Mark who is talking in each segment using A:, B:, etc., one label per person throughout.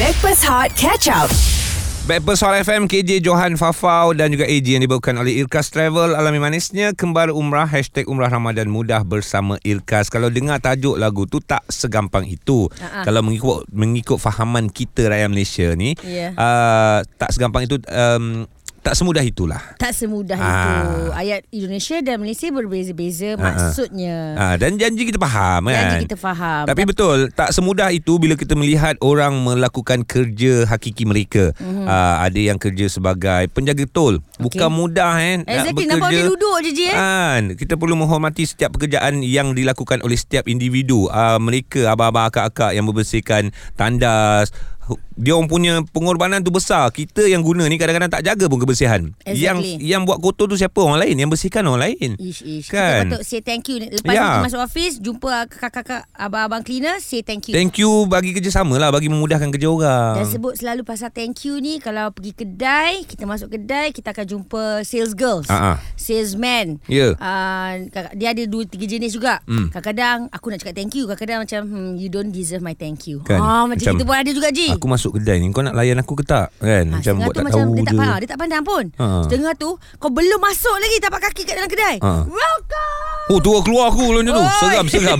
A: Backpass Hot Catch Up.
B: Backpast Hot FM KJ Johan Fafau Dan juga AJ yang dibawakan oleh Irkas Travel Alami manisnya Kembali Umrah Hashtag Umrah Ramadan Mudah Bersama Irkas Kalau dengar tajuk lagu tu Tak segampang itu uh-huh. Kalau mengikut mengikut fahaman kita rakyat Malaysia ni
C: Ya.
B: uh, Tak segampang itu um, Tak semudah itulah
C: Tak semudah
B: Ah.
C: itu. Ayat Indonesia dan Malaysia berbeza-beza
B: Ah, ah.
C: maksudnya.
B: uh, Dan janji kita faham kan
C: Ya. Janji kita faham. ya.
B: Tapi betul tak semudah itu bila kita melihat orang melakukan kerja hakiki mereka. Mm-hmm. Uh, ada yang kerja sebagai penjaga tol. Bukan
C: Mhm. Okey.
B: mudah kan nak
C: Exactly, nampak
B: bekerja.
C: ambil duduk je, Ji, eh?
B: Kan, kita perlu menghormati setiap pekerjaan yang dilakukan oleh setiap individu. Uh, mereka abang-abang akak-akak yang membersihkan tandas Hu- dia orang punya pengorbanan tu besar. Kita yang guna ni kadang-kadang tak jaga pun kebersihan.
C: Exactly.
B: Yang yang buat kotor tu siapa? Orang lain yang bersihkan orang lain.
C: Ish, ish. Kita
B: Kan?
C: patut say thank you. Lepas
B: Ya.
C: yeah. kita masuk office, jumpa kakak-kakak, abang-abang cleaner, say thank you.
B: Thank ah. you bagi kerjasama lah bagi memudahkan kerja orang.
C: Dan sebut selalu pasal thank you ni Kalau pergi kedai Kita masuk kedai Kita akan jumpa sales girls
B: Ah, ah.
C: Salesman
B: Ya.
C: uh, Dia ada dua tiga jenis juga
B: Hmm.
C: Kadang-kadang Aku nak cakap thank you Kadang-kadang macam hmm, You don't deserve my thank you
B: Kan?
C: Ah, macam,
B: Macam
C: kita pun ada juga Ji
B: Aku masuk kedai ni Kau nak layan aku ke tak
C: Eh. Ah,
B: Kan ha, Macam
C: setengah
B: buat
C: tu
B: tak tahu
C: dia tak
B: je
C: pandang, dia tak pandang pun.
B: Ha.
C: Setengah tu kau belum masuk lagi tapak kaki kat dalam kedai.
B: Ha.
C: Welcome.
B: Oh tu keluar aku Kalau macam tu
C: Oi.
B: Seram seram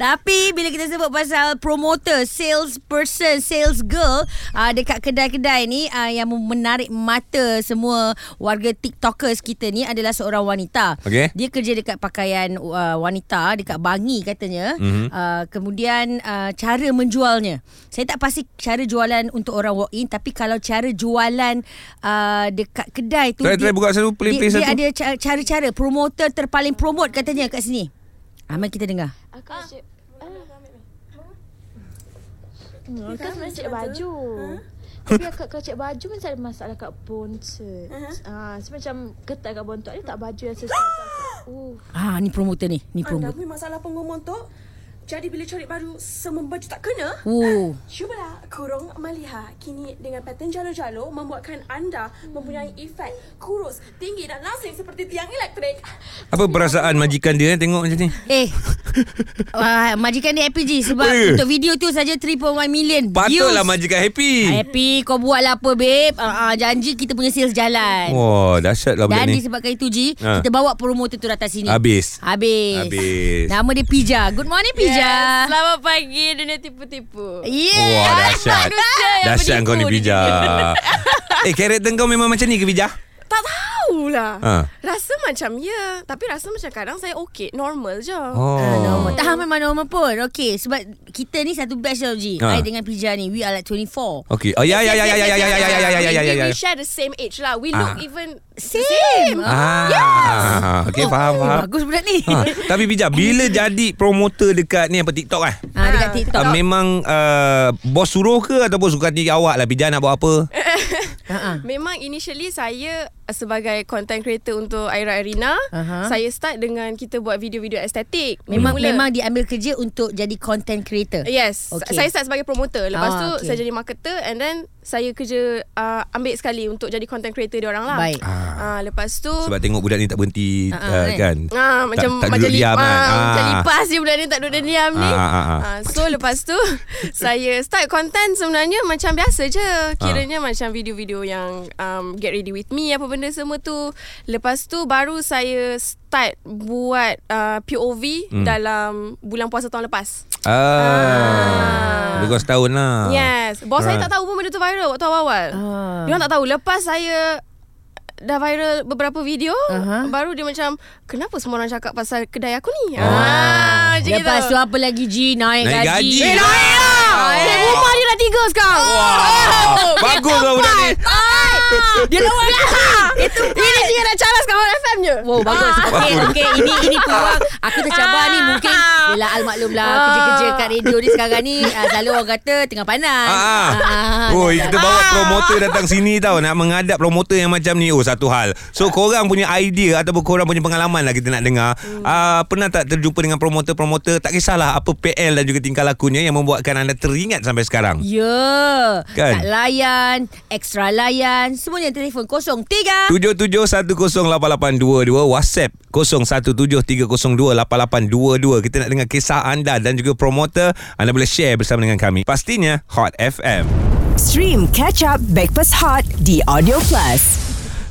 C: Tapi bila kita sebut pasal promoter, sales person, sales girl uh, dekat kedai-kedai ni uh, yang menarik mata semua warga TikTokers kita ni adalah seorang wanita.
B: Okey.
C: Dia kerja dekat pakaian uh, wanita dekat Bangi katanya.
B: Mhm.
C: Uh, kemudian uh, cara menjualnya. Saya tak pasti cara jualan untuk orang walk in tapi kalau cara jualan uh, dekat kedai tu
B: Try- try buka satu, play-
C: dia,
B: play
C: dia
B: satu.
C: ada ca- cara-cara promoter terpaling promote katanya kat sini. Amal kita dengar.
D: Aku nak cek ah. Kan sebenarnya cek baju Tapi akak kalau cek baju kan ada masalah kat bontot Ah, so macam ketat kat bontot Ada tak baju yang sesuai kat akak? Uh,
C: Ah ni promoter ni, ni
E: Anda
C: promoter.
E: punya masalah pengumuman tu Jadi bila coret baru Semua baju tak kena
C: Oh,
E: Cubalah kurung Maliha Kini dengan pattern jalo-jalo Membuatkan anda mempunyai efek Kurus, tinggi dan langsing Seperti tiang elektrik
B: Apa perasaan majikan dia eh? Tengok macam ni
C: eh. uh, majikan dia happy je sebab
B: Oh, ya?
C: untuk video tu saja 3.1 million views.
B: Patutlah majikan happy
C: Happy kau buat lah apa babe uh, uh, Janji kita punya sales jalan
B: Wah dahsyat lah
C: Dan
B: budak Oh, ni
C: disebabkan itu Ji
B: Ha.
C: Kita bawa promoter tu datang sini
B: Habis
C: Habis
B: Habis.
C: Nama dia Pija Good morning Pija yes.
F: Selamat pagi dunia tipu-tipu.
C: Yeah
B: Wah dahsyat
F: Manusia yang
B: Dahsyat kau ni
F: menipu
B: Pija Eh karakter kau memang macam ni ke Pija?
E: Tak tahulah
B: Ha.
E: Rasa macam ya Tapi rasa macam kadang saya okey Normal je
B: Oh
C: Normal. Tak faham memang normal pun Okay Sebab kita ni satu batch tau Ji
B: Ha.
C: ha. I dengan Pija ni We are like 24
B: Okay Oh ya ya ya ya ya ya ya ya ya ya ya ya ya
E: We share the same age lah We
B: Ah.
E: look even
C: Same Oh, eh,
B: Ah, okay faham faham.
C: Bagus budak ni
B: Ha, tapi Pija bila jadi promoter dekat ni apa TikTok kan?
C: ha, Dekat TikTok
B: Uh, memang uh, bos suruh ke ataupun suka hati awak lah Pija nak buat apa?
C: Ha-ha.
G: Memang initially saya eh, sebagai content creator untuk Aira Arena,
C: Aha.
G: uh-huh. saya start dengan kita buat video-video estetik.
C: Memang
G: mula. Ya.
C: memang diambil kerja untuk jadi content creator.
G: Yes,
C: Okay.
G: okay. saya start sebagai promoter. Lepas
C: Ah,
G: tu
C: okay.
G: okay. saya jadi marketer and then saya kerja uh, ambil sekali untuk jadi content creator dia orang lah.
C: Baik.
G: Ah, lepas tu
B: Sebab tengok budak ni tak berhenti
C: Ah,
B: uh,
C: ah,
B: uh,
C: kan?
B: kan.
G: Ah, macam
B: tak
G: macam
B: duduk diam kan?
G: ah, macam
B: Ah.
G: lipas je budak ni tak duduk diam ni.
B: Ah, ah, ah.
G: Ah, so lepas tu saya start content sebenarnya macam biasa je. Kiranya
B: Ah.
G: macam video-video yang um, get ready with me apa benda semua tu. Lepas tu baru saya start buat uh, POV
B: Hmm.
G: dalam bulan puasa tahun lepas.
B: Ah. Lebih kurang setahun lah.
G: Yes. Bos saya
B: Alright.
G: tak tahu pun benda tu viral waktu awal-awal.
C: Ah.
G: Dia orang tak tahu. Lepas saya dah viral beberapa video,
C: Aha.
G: uh-huh. baru dia macam, kenapa semua orang cakap pasal kedai aku ni?
B: Ah.
G: Ah, ah macam
C: Lepas
G: gitu.
C: tu apa lagi G naik,
B: Naik gaji.
C: Eh, naik lah. Eh, rumah dia dah tiga sekarang.
B: Wah, bagus lah budak ni.
C: Ah, dia lawan lah. Itu
G: Ini dia nak caras kat Hot FM je.
B: Ah.
C: Wow bagus Okay, okay. Ini ini peluang Aku tercabar
G: Ah.
C: ni Mungkin Yelah almaklum lah Kerja-kerja kat radio ni sekarang ni ah, Selalu orang kata Tengah panas
B: Ah, ah.
C: Ah,
B: Oh, kita bawa promoter datang sini tau Nak menghadap promoter yang macam ni Oh, satu hal So, korang punya idea Ataupun korang punya pengalaman lah Kita nak dengar Ah, Pernah tak terjumpa dengan promoter-promoter Tak kisahlah apa PL dan juga tingkah lakunya Yang membuatkan anda teringat sampai sekarang
C: Ya yeah.
B: Kan?
C: Kat layan Extra layan Dan semuanya telefon 03
B: 77108822 WhatsApp 0173028822 Kita nak dengar kisah anda Dan juga promoter Anda boleh share bersama dengan kami Pastinya Hot FM
A: Stream Catch Up Backpass Hot di Audio Plus.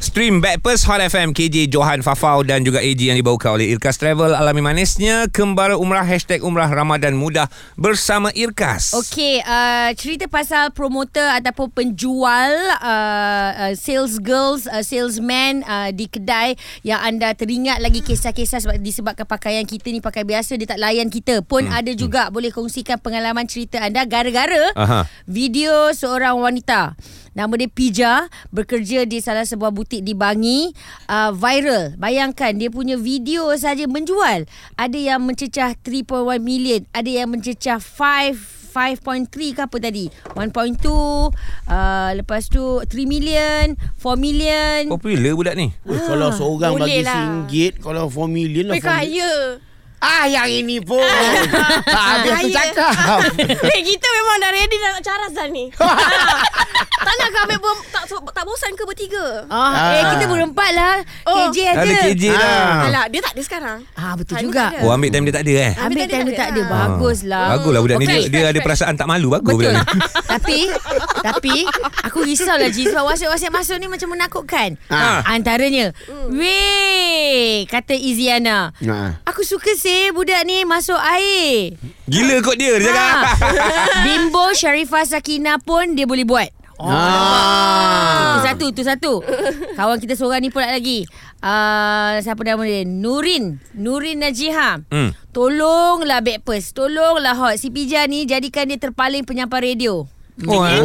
B: Stream Backpast Hot FM KJ Johan Fafau Dan juga AG yang dibawakan oleh Irkas Travel Alami manisnya Kembara Umrah Hashtag Umrah Ramadan Mudah Bersama Irkas
C: Okey, uh, cerita pasal promoter ataupun penjual uh, uh, sales girls, uh, salesman uh, di kedai yang anda teringat lagi kisah-kisah sebab disebabkan pakaian kita ni pakai biasa dia tak layan kita. Pun hmm. ada juga hmm. boleh kongsikan pengalaman cerita anda gara-gara
B: Aha.
C: video seorang wanita. Nama dia Pija Bekerja di salah sebuah butik di Bangi uh, Viral Bayangkan dia punya video saja menjual Ada yang mencecah 3.1 million Ada yang mencecah 5 5.3 ke apa tadi 1.2 uh, Lepas tu 3 million 4 million
B: Popular budak ni
H: Weh, kalau seorang
G: Boleh
H: bagi
G: lah. ya.
H: RM1, kalau 4 million lah
G: Weh
H: 4 million.
G: kaya
H: Ah, yang ini pun.
G: Ah.
H: tak habis aku
G: Kaya.
H: cakap.
G: Weh Eh, kita memang dah ready dah nak caras dah ni Tak nak ke ambil bom, tak, tak bosan ke bertiga
C: Ah, eh
H: Ah.
C: kita berempat lah
G: Oh.
C: KJ ada
B: Ada KJ
H: Ah.
B: lah
G: Alah dia tak ada sekarang
C: Ah betul
G: Time
C: juga
G: tak
B: Oh ambil time dia tak ada eh Ah.
C: Ambil
G: Ambil
C: time dia tak ada Ah, Baguslah
B: Baguslah budak ni
G: Okay,
B: dia,
G: fresh,
B: dia ada
G: fresh.
B: perasaan tak malu Bagus
C: Betul.
B: budak ni
C: tapi tapi aku risaulah Ji sebab WhatsApp-WhatsApp masuk ni macam menakutkan.
H: Ah.
C: Ha. Antaranya, "Weh," kata Iziana.
H: Ah.
C: Aku suka sih budak ni masuk air.
B: Gila kot dia Dia cakap
C: Ha. Bimbo Sharifah Sakina pun dia boleh buat. Oh, Itu
H: Ah.
C: satu, tu satu. Kawan kita seorang ni pula lagi. Uh, siapa nama dia? Nurin. Nurin Najiha.
B: Hmm.
C: Tolonglah Backpast. Tolonglah Hot. Si Pija ni jadikan dia terpaling penyampai radio.
B: Oh, ah.
H: Oh.
G: Eh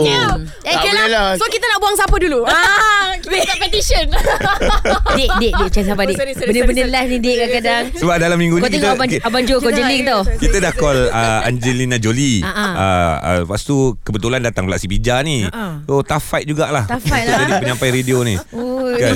H: Tak
G: okay
H: boleh
G: lah
H: lah.
G: So kita nak buang siapa dulu ah, Kita tak petition
C: Dek, dek, dek. Macam sabar, dek.
G: Oh, sorry, sorry,
C: Benda-benda
G: sorry,
C: live ni, dek, kadang-kadang.
B: Sebab dalam minggu
C: Kau
B: ni
C: tengok
B: kita
C: Abang,
B: ki-
C: abang Jo, kau jeling tau.
B: kita dah call uh, Angelina Jolie.
C: Ah,
B: Uh-huh.
C: ah.
B: Uh, uh, lepas tu kebetulan datang pula si Bija ni.
C: Ah,
B: Uh-huh. Oh tough fight jugalah.
C: Tough fight lah.
B: Jadi penyampai radio ni.
C: Oh,
B: Kan?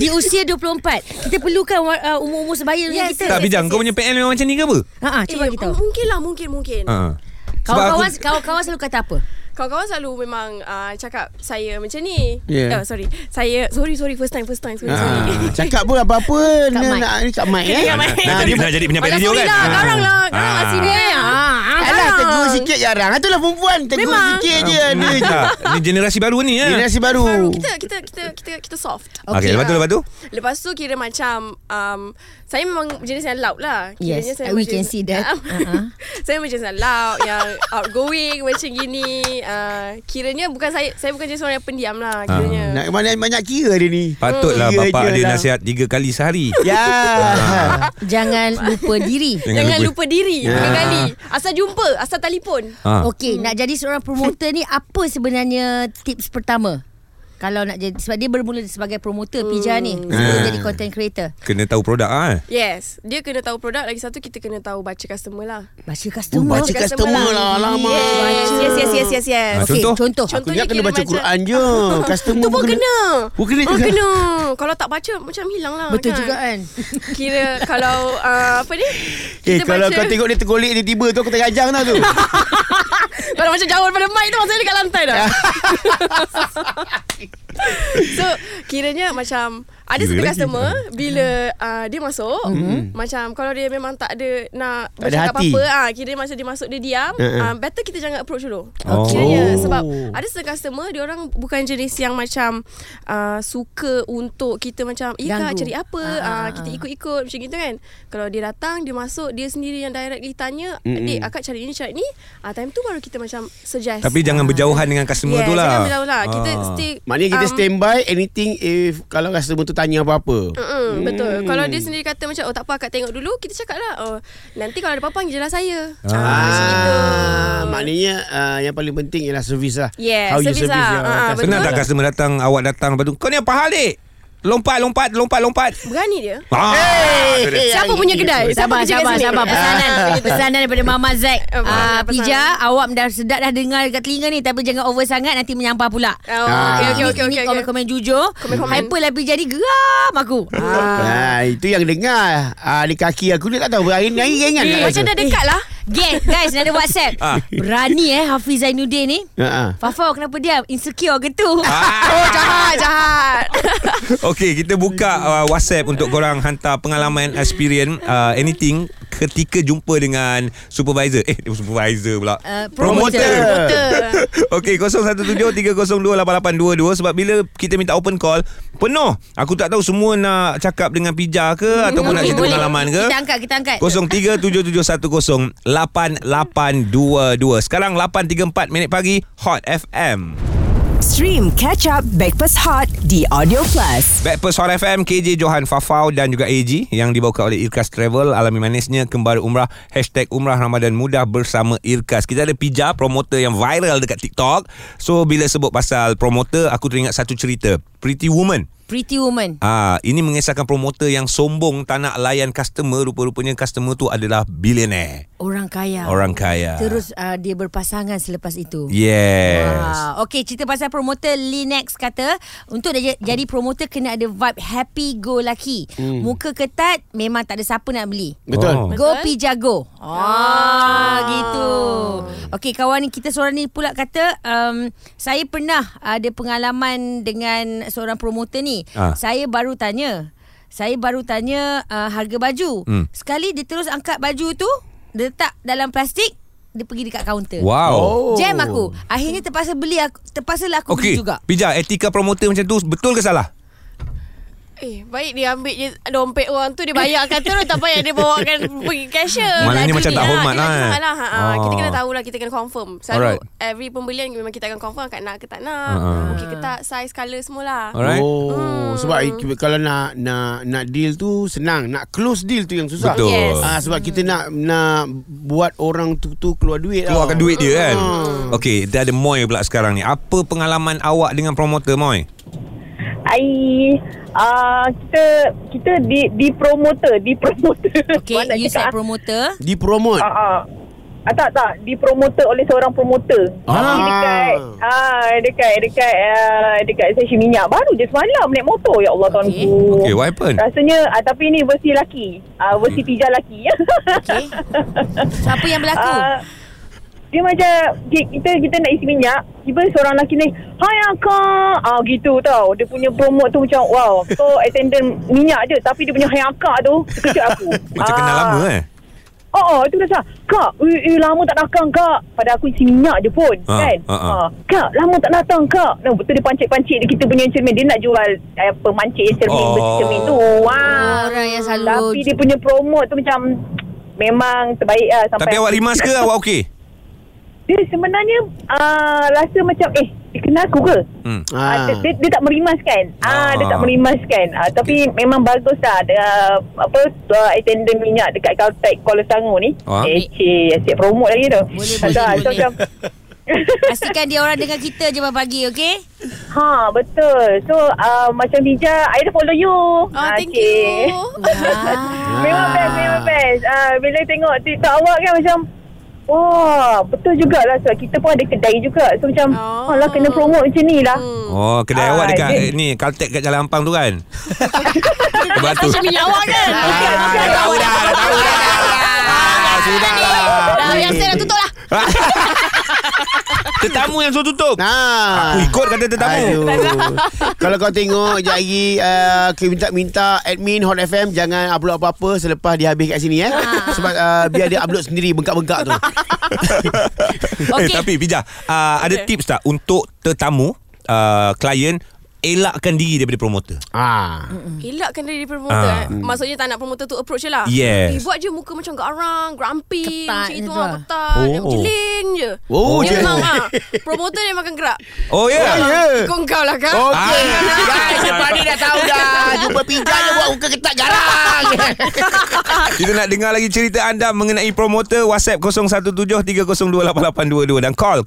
C: Di usia 24 Kita perlukan wa- uh, umur-umur sebaya dengan kita
B: tak bijang kau punya PL memang macam ni ke apa?
C: Ha, cuba kita tahu.
G: Mungkin lah mungkin mungkin
B: Ha. Sebab
C: Kawan-kawan kawan-kawan selalu kata apa?
G: Kawan-kawan selalu memang uh, cakap saya macam ni.
H: Yeah.
G: Oh, sorry. Saya sorry sorry first time first time sorry. sorry.
H: Ah, cakap pun apa-apa
C: Kat
H: nak
C: mic.
H: nak ni kat mic eh.
G: Kena kat mic.
B: Nanti dia nak jadi penyampai
G: Alah,
B: radio
G: sorry
B: kan?
G: lah,
B: Ah.
G: garang lah. Garang lah
B: Ah.
G: sini.
C: ah,
G: lah.
H: Alah Eh, lah, tegur sikit jarang. Itulah perempuan tegur
G: Memang.
H: sikit je
B: Ah,
H: ada je.
B: Tak, ni generasi baru ni ya.
H: Generasi
G: Baru
H: baru.
G: kita kita kita kita kita soft.
B: Okey, okay, lepas tu
G: lah.
B: lepas tu.
G: Lepas tu kira macam um, Saya memang jenis yang loud lah Kiranya
C: Yes,
G: saya
C: we
G: macam- Ah.
C: can see that. Uh-huh.
G: Saya macam yang loud Yang outgoing Macam gini uh, Kiranya bukan saya Saya bukan jenis orang yang pendiam lah Kiranya
H: Nak banyak banyak kira dia ni.
B: Patutlah
H: Kira
B: bapak
H: je
B: dia
H: lah.
B: nasihat tiga kali sehari.
H: Ya.
C: Jangan lupa diri.
B: Jangan
G: Jangan
B: lupa.
G: lupa diri
H: Ya.
G: yeah. Tiga kali Asal jumpa Asal telefon
B: Ha.
C: Okey, nak jadi seorang promoter ni apa sebenarnya tips pertama? Kalau nak jadi sebab dia bermula sebagai promoter Pija ni sebelum
B: Hmm.
H: Ah.
C: jadi content creator.
B: Kena tahu produk ah. Eh.
G: Yes Dia kena tahu produk Lagi satu kita kena tahu Baca customer lah
C: Baca
B: Hmm,
H: Oh,
C: customer.
H: baca customer lah lama.
G: Yes Yes yes yes yes, yes.
B: Ah,
C: Okey,
B: Contoh?
C: contoh.
G: Contoh.
H: Aku
G: Contohnya
H: ingat kena
G: kira
H: baca
G: macam-
H: Quran je. Customer
G: Tu pun kena
H: Oh, kena
G: Oh,
H: juga.
G: kena Kalau tak baca Macam hilang lah
C: Betul
G: kan?
C: juga kan?
G: Kira kalau uh, Apa ni Kita
H: Eh kalau
G: baca-
H: kau tengok dia tergolek dia tiba tu aku terajang tau tu.
G: Kalau macam jauh daripada mic tu Maksudnya dekat lantai dah So Kiranya macam Ada
B: Kira
G: satu
B: lagi.
G: customer
H: Hmm.
G: Bila uh, dia masuk Macam Kalau dia memang tak ada Nak
H: Tak ada
G: bercakap
H: hati.
G: apa-apa ah, Kira masa dia masuk Dia diam
H: Mm-mm.
G: uh, Better kita jangan approach dulu
B: Oh.
G: Kiranya
H: Oh.
G: Sebab Ada satu customer Dia orang bukan jenis yang macam uh, Suka untuk Kita macam Ya
C: Ganggu.
G: kak cari apa
C: Ah,
G: ah,
C: ah,
G: Kita
C: ah.
G: ikut-ikut Macam gitu kan Kalau dia datang Dia masuk Dia sendiri yang directly tanya
H: Mm-mm.
G: Adik akak cari ni cari ni ah, Time tu baru kita macam Suggest
B: Tapi jangan berjauhan dengan customer tu lah.
G: lah. Jangan berjauh lah. Kita
B: Ah.
G: stay.
H: Maknanya
G: Um,
H: kita standby anything if kalau customer tu tanya apa-apa.
G: Mm, betul. Kalau dia sendiri kata macam oh tak apa akak tengok dulu, kita cakap lah oh nanti kalau ada apa-apa panggil lah saya. Ah, macam gitu.
H: Ah, maknanya ah, yang paling penting ialah servis lah.
G: Yeah,
H: How you
G: service
H: service
G: lah.
H: your
G: Ah,
H: customer.
G: betul.
B: Senang tak customer datang, awak datang lepas tu kau ni apa hal dik? Lompat, lompat, lompat, lompat.
G: Berani dia?
B: Ah, tu dia.
G: Siapa punya kedai? Siapa
C: Sabar,
G: kerja kat
C: sabar,
G: sini?
C: sabar. Pesanan, pesanan daripada Mama Zack. Ah,
G: Oh, pesanan,
C: Pija, awak dah sedap dah dengar dekat telinga ni. Tapi jangan over sangat, nanti menyampah pula.
G: Oh, okay, okay, okay,
C: Ni
G: okay, okay.
C: komen-komen jujur.
G: Komen-komen.
C: Hyper lah Pija ni geram aku. Ah.
H: Ha, itu yang dengar ah, Di kaki aku ni tak tahu Hari ni hari ringan tak
G: Macam
H: rasa.
G: dah dekat lah
C: Guys, guys, ada WhatsApp.
B: Ah.
C: Berani eh Hafiz Zainuddin ni.
H: Ha, ha.
C: Fafau kenapa diam? Insecure ke tu?
B: Ah.
G: Oh jahat jahat
B: Okey, kita buka uh, WhatsApp untuk korang hantar pengalaman, experience, uh, anything ketika jumpa dengan supervisor. Eh, supervisor pula.
C: Uh,
B: Okey 0173028822 sebab bila kita minta open call penuh. Aku tak tahu semua nak cakap dengan Pija ke ataupun nak
C: Hmm, Okey,
B: cerita
C: boleh.
B: pengalaman ke.
C: Kita angkat, kita angkat.
B: 0377108822. Sekarang 8.34 minit pagi Hot FM.
A: Stream Catch Up Backpass Hot di Audio Plus.
B: Backpast Hot FM KJ Johan Fafau dan juga AG yang dibawakan oleh Irkas Travel alami manisnya kembali umrah hashtag umrah Ramadan mudah bersama Irkas kita ada Pija promoter yang viral dekat TikTok so bila sebut pasal promoter aku teringat satu cerita Pretty Woman
C: Pretty woman.
B: Ah, ini mengisahkan promoter yang sombong tak nak layan customer rupa-rupanya customer tu adalah billionaire
C: Orang kaya.
B: orang
C: Ya.
B: kaya
C: Terus uh, dia berpasangan selepas itu.
B: yes
C: Wow. Okay, cerita pasal promoter Linex kata untuk dia j- jadi promoter kena ada vibe happy go lucky. Hmm. Muka ketat memang tak ada siapa nak beli.
H: Betul
B: Oh.
C: Go pija go. Ah, ah. gitu. Okey, kawan ni kita seorang ni pula kata um, saya pernah ada pengalaman dengan seorang promoter ni.
B: Ah.
C: Ah. Saya baru tanya. Saya baru tanya uh, harga baju. Hmm.
B: Hmm.
C: Sekali dia terus angkat baju tu, dia letak dalam plastik, dia pergi dekat kaunter.
B: wow
H: Oh.
C: Jam aku Akhirnya terpaksa beli aku Terpaksa lah aku
B: Okey,
C: beli juga
B: Pija, etika promoter macam tu betul ke salah?
G: Eh baik dia ambil je Dompet orang tu Dia bayarkan terus Tak payah dia bawakan Pergi cashier
B: Maknanya
G: Lagi
B: macam
G: dia
B: tak
G: nak-
B: hormat
G: dia
B: lah,
G: nak
B: eh.
G: kisah Ha, ha. Kita
B: Ah.
G: kena tahulah Kita kena confirm Selalu
B: Alright.
G: Alright. Every pembelian Memang kita akan confirm Kat nak ke
B: Ah,
G: tak nak
B: ah.
G: Okey ke tak Size, colour semua lah
B: Alright.
H: Oh, sebab
G: Hmm.
H: i- kalau nak nak nak deal tu senang, nak close deal tu yang susah.
B: Betul. Yes.
H: Ah sebab kita nak nak buat orang tu tu keluar duit
B: Keluarkan
H: tau. Ah.
B: duit dia kan
H: Hmm.
B: Okey Dia ada Moy pula sekarang ni Apa pengalaman awak dengan promoter Moy?
I: Ai uh, kita kita di di promoter, di promoter.
C: Okay
I: Mana
C: You
I: cakap,
C: said promoter
H: Dipromote.
I: Ah, ah. Ah, tak tak di promoter oleh seorang promoter.
H: Ah.
I: Tapi dekat ah dekat dekat uh, dekat stesen minyak baru je semalam naik motor ya Allah
C: Okey.
I: tuanku.
B: Okey what happened?
I: Rasanya ah, tapi ni versi laki. Ah versi
B: Okey.
I: pijak laki ya.
C: Okay So apa yang berlaku
I: Ah, dia macam ki- kita kita nak isi minyak tiba seorang lelaki ni hai akak ah gitu tau dia punya promote tu macam wow kau attendant minyak je tapi dia punya hai akak tu sekejap aku Ah,
B: Macam kenal lama eh
I: Oh, oh itu rasa kak, eh, eh lama tak datang kak. Pada aku isi minyak je pun,
B: Ha,
I: kan?
B: ha, ha.
I: kak, lama tak datang kak. Nah, betul dia pancit-pancit dia kita punya cermin dia nak jual eh, apa mancit yang cermin
B: Oh.
I: besi cermin tu. Wah.
C: Orang yang selalu-
I: Ah. Tapi dia punya promote tu macam memang terbaik lah sampai
B: Tapi awak rimas ke awak okey?
I: dia sebenarnya uh, rasa macam eh dia kenal aku ke?
B: Hmm.
I: Ah.
H: Ah.
I: dia, dia, dia tak merimaskan. Ah, dia
B: Ah.
I: tak merimaskan. Ah, tapi memang bagus lah ada apa uh, attendant minyak dekat Caltech Kuala Selangor ni.
B: Ah.
I: Eh, cik, asyik promote lagi
C: Boleh,
I: tu. Ah,
C: boleh,
I: so
C: boleh.
I: macam
C: Pastikan dia orang dengar kita je pagi Okay
I: ha, betul. So uh, macam Bija, I dah follow you.
G: Oh
I: Ah,
G: thank
I: cik.
G: you
C: Wah.
I: Memang best, memang best. Ah, bila tengok TikTok awak kan macam Wah, betul jugalah sebab kita pun ada kedai juga. So macam,
G: Oh.
I: oh. alah kena promote macam ni lah.
B: Oh kedai
I: Ah,
B: awak dekat
I: dia-
B: eh, ni Caltech kat Jalan Ampang tu kan? Sebab tu
G: Macam minyak awak kan
B: Ah, dah tahu dah, dah tahu dah. Ah, Sudah lah
G: Dah yang saya dah tutup lah
B: Tetamu yang suruh tutup
H: Nah.
B: Aku ikut kata tetamu
H: Aduh. Kalau kau tengok Sekejap lagi uh, Kita minta-minta Admin Hot FM Jangan upload apa-apa Selepas dia habis kat sini eh.
I: Ah.
H: Sebab uh, Biar dia upload sendiri Bengkak-bengkak tu
B: Eh
C: Okey.
B: tapi Pija uh, Ada tips tak Untuk tetamu uh, Klien Elakkan diri daripada promoter
H: ah.
G: Elakkan diri
B: Ah.
G: promoter eh. Maksudnya tak nak promoter tu approach je lah
B: Yes.
G: eh, Buat je muka macam garang Grumpy
C: Ketat
G: Macam itu
C: je
G: lah
C: tu.
G: ketat
B: Oh.
G: oh. Jeling je
H: Oh,
G: Dia
H: je.
G: memang ah, Promoter dia makan gerak
B: Oh ya yeah.
H: Ya.
G: Ikut kau lah kan
H: Okey
B: Ah.
H: Guys Lepas ni dah tahu dah Jumpa pijak je Buat muka ketat garang
B: Kita nak dengar lagi cerita anda mengenai promoter WhatsApp 0173028822 dan call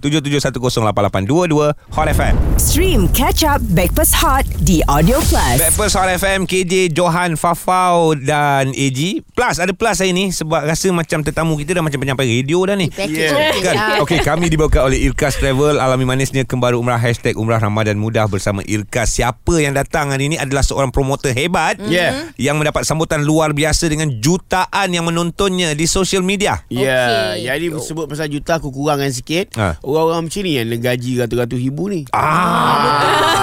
B: 0377108822 Hot FM.
A: Stream Catch Catch up Backpass Hot di Audio Plus.
B: Backpast Hot FM KJ Johan Fafau Dan AG Plus Ada plus hari ni Sebab rasa macam tetamu kita Dah macam penyampai radio dah ni
C: Package
H: Yeah.
C: package
B: Kan?
C: lah.
B: Okey, kami dibawakan oleh Irkas Travel Alami manisnya kembali umrah Hashtag umrah Ramadan mudah Bersama Irkas Siapa yang datang hari ini Adalah seorang promoter hebat
H: Yeah.
B: Yang mendapat sambutan luar biasa Dengan jutaan yang menontonnya Di social media
H: Ya, yeah, jadi sebut pasal juta aku kurangkan sikit.
B: Ha.
H: Orang-orang macam ni yang gaji ratus-ratus ribu ni.
C: Ah.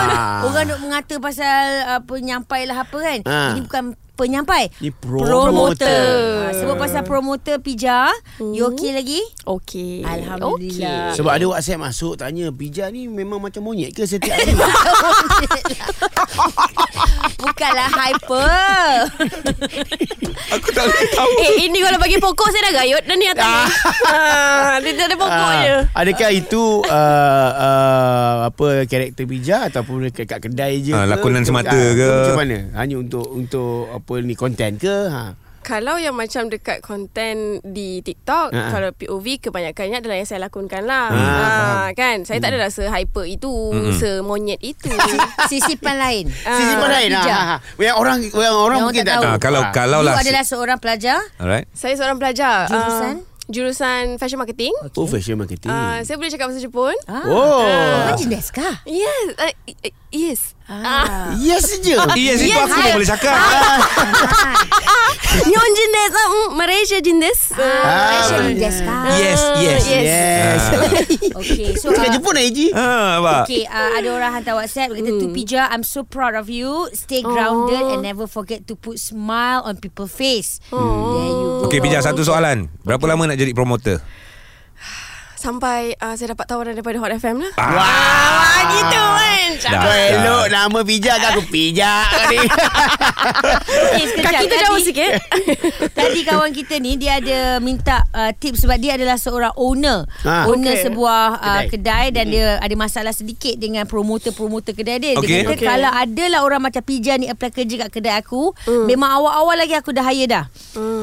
C: Orang nak mengata pasal uh, penyampai lah apa kan.
H: Ha.
C: Ini bukan penyampai.
H: Ni
C: Ha,
H: promoter.
C: sebab pasal promoter Pija, you okay lagi?
G: Okey.
C: Alhamdulillah.
H: Sebab ada WhatsApp masuk tanya Pija ni memang macam monyet ke setiap hari?
C: Bukanlah hyper.
B: Aku tak boleh tahu
G: Eh ini kalau bagi pokok saya dah gayut dah ni atas ni. Ah, dia tak ada pokoknya.
H: Ah, adakah itu uh, uh, apa karakter Pija ataupun dekat kat kedai je
B: Ah,
H: ke?
B: lakonan
H: Ke-
B: semata
H: ah,
B: ke?
H: Macam mana? Hanya untuk untuk apa ni konten ke? Ha.
G: Kalau yang macam dekat konten di TikTok,
H: Ha-ha.
G: kalau POV kebanyakannya adalah yang saya lakonkan lah.
H: Ha,
G: Ha, kan? Saya tak adalah se-hyper itu, se-monyet itu.
C: Sisipan lain.
H: Sisi
G: Ah,
H: pandai
C: Pija.
H: lah. Yang orang yang orang
C: Yang
H: mungkin
C: orang
H: tak
C: tak
H: tahu.
B: ah, Kalau
H: Ah.
B: kalau
C: You
B: lah
C: adalah seorang pelajar.
B: Alright
G: saya seorang pelajar.
C: Jurusan?
G: Ah, jurusan fashion marketing.
H: Oh, fashion marketing.
G: Ah, saya boleh cakap bahasa Jepun.
C: Ah.
H: Oh.
C: Imagine desu ka?
G: Yes. ah, i- i- yes.
C: Ah.
H: Yes je.
B: Yes, itu aku dah boleh cakap
G: Nyonjin desu. ah, mm, Malaysia Ah, jin desu.
C: Ah, Imagine desu ka?
B: Yes, yes
G: Yes.
H: Yes.
C: kan? Okay, so uh,
H: Cakap Jepun eh, Ji?
B: Ah, Hmm. Abang.
C: Okay, uh, ada orang hantar WhatsApp dia kata tu Pija, I'm so proud of you. Stay grounded and never forget to put smile on people face. There you go.
B: Okey, Pija satu soalan. Berapa lama nak jadi promoter?
G: Sampai ah, saya dapat tawaran daripada Hot FM lah.
H: Wah, gitu kan.
B: Dah.
H: Kau elok nama pijak kan aku pijak ni.
C: Okay, Eh, sekejap.
G: Kaki
C: Tadi-
G: terjauh sikit.
C: Tadi kawan kita ni dia ada minta uh, tips sebab dia adalah seorang owner.
H: Ah.
C: owner
G: Okey.
C: sebuah uh, kedai.
H: Kedai.
C: kedai dan dia ada masalah sedikit dengan promoter-promoter kedai dia.
B: Okey.
C: Dia kata okay. kalau adalah orang macam Pija ni apply kerja kat kedai aku, memang awal-awal lagi aku dah hire dah.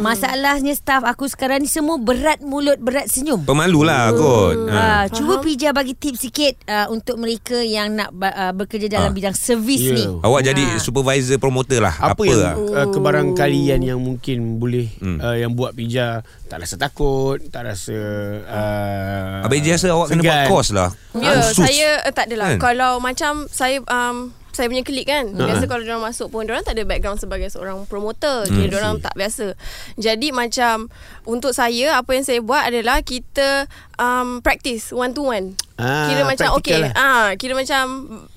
C: Masalahnya staff aku sekarang ni semua berat mulut, berat senyum.
B: Pemalu lah kot.
C: Uh, cuba Pija bagi tips sikit uh, untuk mereka yang nak ba- uh, bekerja dalam
B: Ah.
C: bidang servis
H: Ya.
C: ni.
B: Awak jadi supervisor promoter lah.
H: Apa,
B: Apa,
H: yang
B: lah. Hmm.
H: uh, kebarangkalian yang mungkin boleh uh, yang buat pijak tak rasa takut, tak rasa uh,
B: Abang Eji rasa awak kena buat
H: segan.
B: course lah.
G: Ya,
B: Kursus.
G: saya uh, tak adalah.
B: Kan?
G: Kan? Kalau macam saya um, saya punya klik kan.
H: Ha.
G: Biasa kalau orang masuk pun orang tak ada background sebagai seorang
H: Hmm.
G: promoter. Jadi orang tak biasa. Jadi macam untuk saya apa yang saya buat adalah kita um, practice one to one.
H: Ah,
G: kira macam okey.
H: practical lah.
G: Ah, kira macam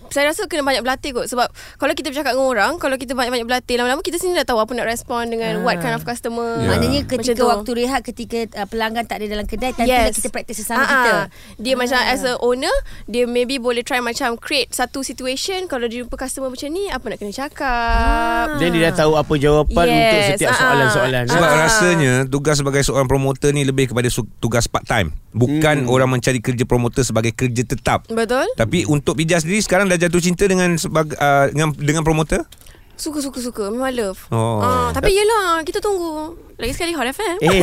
G: saya rasa kena banyak berlatih kot sebab kalau kita bercakap dengan orang, kalau kita banyak-banyak berlatih lama-lama kita sendiri dah tahu apa nak respon dengan what kind of customer.
B: Ya.
C: Maknanya
G: Macam
C: ketika
G: tu.
C: waktu rehat ketika uh, pelanggan tak ada dalam kedai tapi yes. kita praktis sesama
G: Ah,
C: uh-huh. kita.
G: ah. Dia macam as a owner, dia maybe boleh try macam create satu situation kalau dia jumpa customer macam ni, apa nak kena cakap.
C: Ah.
H: Then dia dah tahu apa jawapan yes. untuk
G: Yes,
H: setiap
G: ah.
H: soalan-soalan.
B: Sebab rasanya tugas sebagai seorang promoter ni lebih kepada su- tugas part time. Bukan
H: Hmm.
B: orang mencari kerja promoter sebagai kerja tetap.
G: Betul?
B: Tapi untuk Pija sendiri sekarang dah jatuh cinta dengan sebagai, uh, dengan, dengan promoter?
G: Suka suka suka, memang love.
B: Oh.
G: Ah, tapi yelah, kita tunggu. Lagi sekali Hot FM.
H: Eh.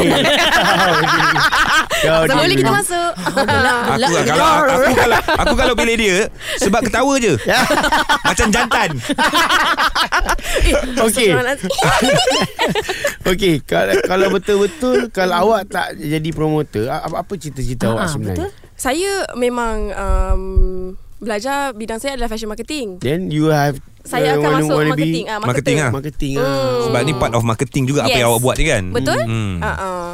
H: Kau
G: tak
H: ni.
G: boleh kita masuk.
B: Aku
G: Lah,
B: lah kalau aku kalau aku kalau pilih dia sebab ketawa je.
G: Ya.
B: Macam jantan.
H: Okey. Okey, kalau, kalau betul-betul kalau awak tak jadi promoter, apa apa cita-cita
G: Ah,
H: awak sebenarnya? Betul.
G: Saya memang um, belajar bidang saya adalah fashion marketing.
H: Then you have
G: Saya
H: uh,
G: akan
H: wanna-
G: masuk
H: wanna be
G: marketing. ah, Hmm.
B: Eh,
G: marketer.
B: Marketing ah.
H: Marketing ah.
B: Sebab ni part of marketing juga yes. apa
G: Oh. Yes.
B: yang awak buat ni kan.
G: Betul?
B: Hmm.
G: Hmm. Uh, uh.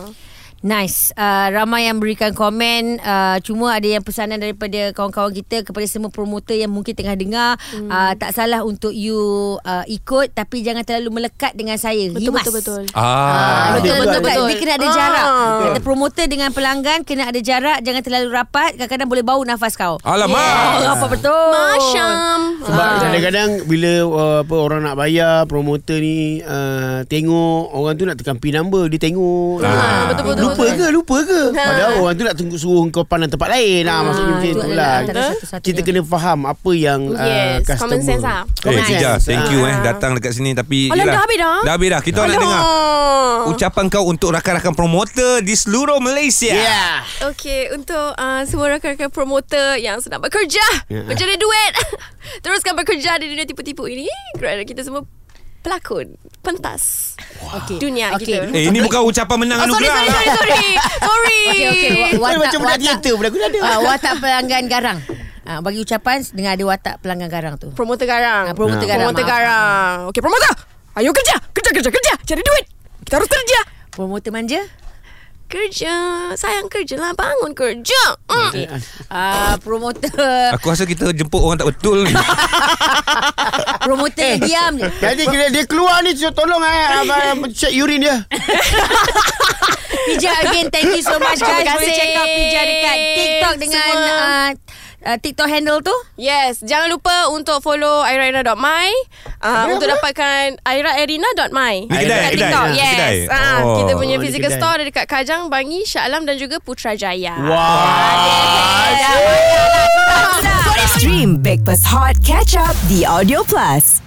C: Nice. Uh, ramai yang berikan komen. Uh, cuma ada yang pesanan daripada kawan-kawan kita kepada semua promoter yang mungkin tengah dengar. Hmm. Uh, tak salah untuk you uh, ikut tapi jangan terlalu melekat dengan saya.
G: Betul,
C: Rimas.
G: betul, betul.
B: Ah.
C: Betul, betul,
H: betul,
C: betul,
G: betul.
C: Dia kena ada
G: Ah.
C: jarak. Kata promoter dengan pelanggan kena ada jarak. Jangan terlalu rapat. Kadang-kadang boleh bau nafas kau.
B: Ah. Alamak.
C: Oh, apa betul?
G: Masyam. Ah.
H: Sebab kadang-kadang bila uh, apa orang nak bayar promoter ni uh, tengok orang tu nak tekan pin number dia tengok.
B: Ah,
G: betul, betul,
H: Lupa Lupa ke? Lupa ke? Padahal orang tu nak tunggu suruh kau pandang tempat lain lah. Maksudnya macam
C: itu
H: tu
C: adalah
H: lah.
C: antara satu-satunya.
H: Kita kena faham apa yang uh,
G: Yes,
H: customer.
G: common sense lah.
B: Eh,
H: Common
B: Ija,
H: sense. Ah.
B: thank you eh datang dekat sini tapi
G: Ah. Alah,
B: yelah,
G: dah habis dah?
B: Dah habis dah. Kita nak dengar
G: Oh.
B: ucapan kau untuk rakan-rakan promoter di seluruh Malaysia.
H: Yeah.
G: Okey, untuk uh, semua rakan-rakan promotor yang sedang bekerja,
H: Ya.
G: yeah. mencari duit, teruskan bekerja di dunia tipu-tipu ini kerana kita semua pelakon pentas okay. dunia
C: Okey.
G: okay. kita.
B: Eh, ini bukan ucapan menang
G: Oh, sorry,
B: anugerah.
G: sorry, sorry, sorry, sorry.
C: Okey, okey.
G: Eh,
C: Wa-
H: Kan
C: Watak,
H: macam budak
C: watak,
H: teater pula. Aku dah ada.
C: ah, watak pelanggan garang. Ah, bagi ucapan dengan ada watak pelanggan garang tu.
G: Promotor garang.
C: Ah, promotor garang,
G: Promotor
C: maaf.
G: garang. Okey, promotor. Ayo kerja, kerja, kerja, kerja. Cari duit. Kita harus kerja.
C: Promotor manja.
G: Kerja, sayang kerja lah, bangun kerja. Mm.
C: Okay. Ah, promotor
B: Aku rasa kita jemput orang tak betul ni.
C: promotor
G: Eh.
C: yang Eh, diam je.
H: Jadi kena dia keluar ni so tolong eh abang check urine dia.
C: Pija again thank you so much guys.
G: Terima kasih.
C: Boleh check out Pija dekat TikTok dengan
G: Semua.
C: uh, uh, TikTok handle tu.
G: Yes, jangan lupa untuk follow airairina.my uh, untuk dapatkan airairina.my
B: Di kedai,
G: dekat
B: kedai,
G: TikTok.
B: ah,
G: yes.
B: kedai.
G: Ah,
B: Oh.
G: kita punya
H: Oh, di
G: physical
H: kedai.
G: store ada dekat Kajang, Bangi, Shah Alam dan juga Putrajaya.
H: Wah.
A: Stream Breakfast Hot Catch Up The Audio Plus.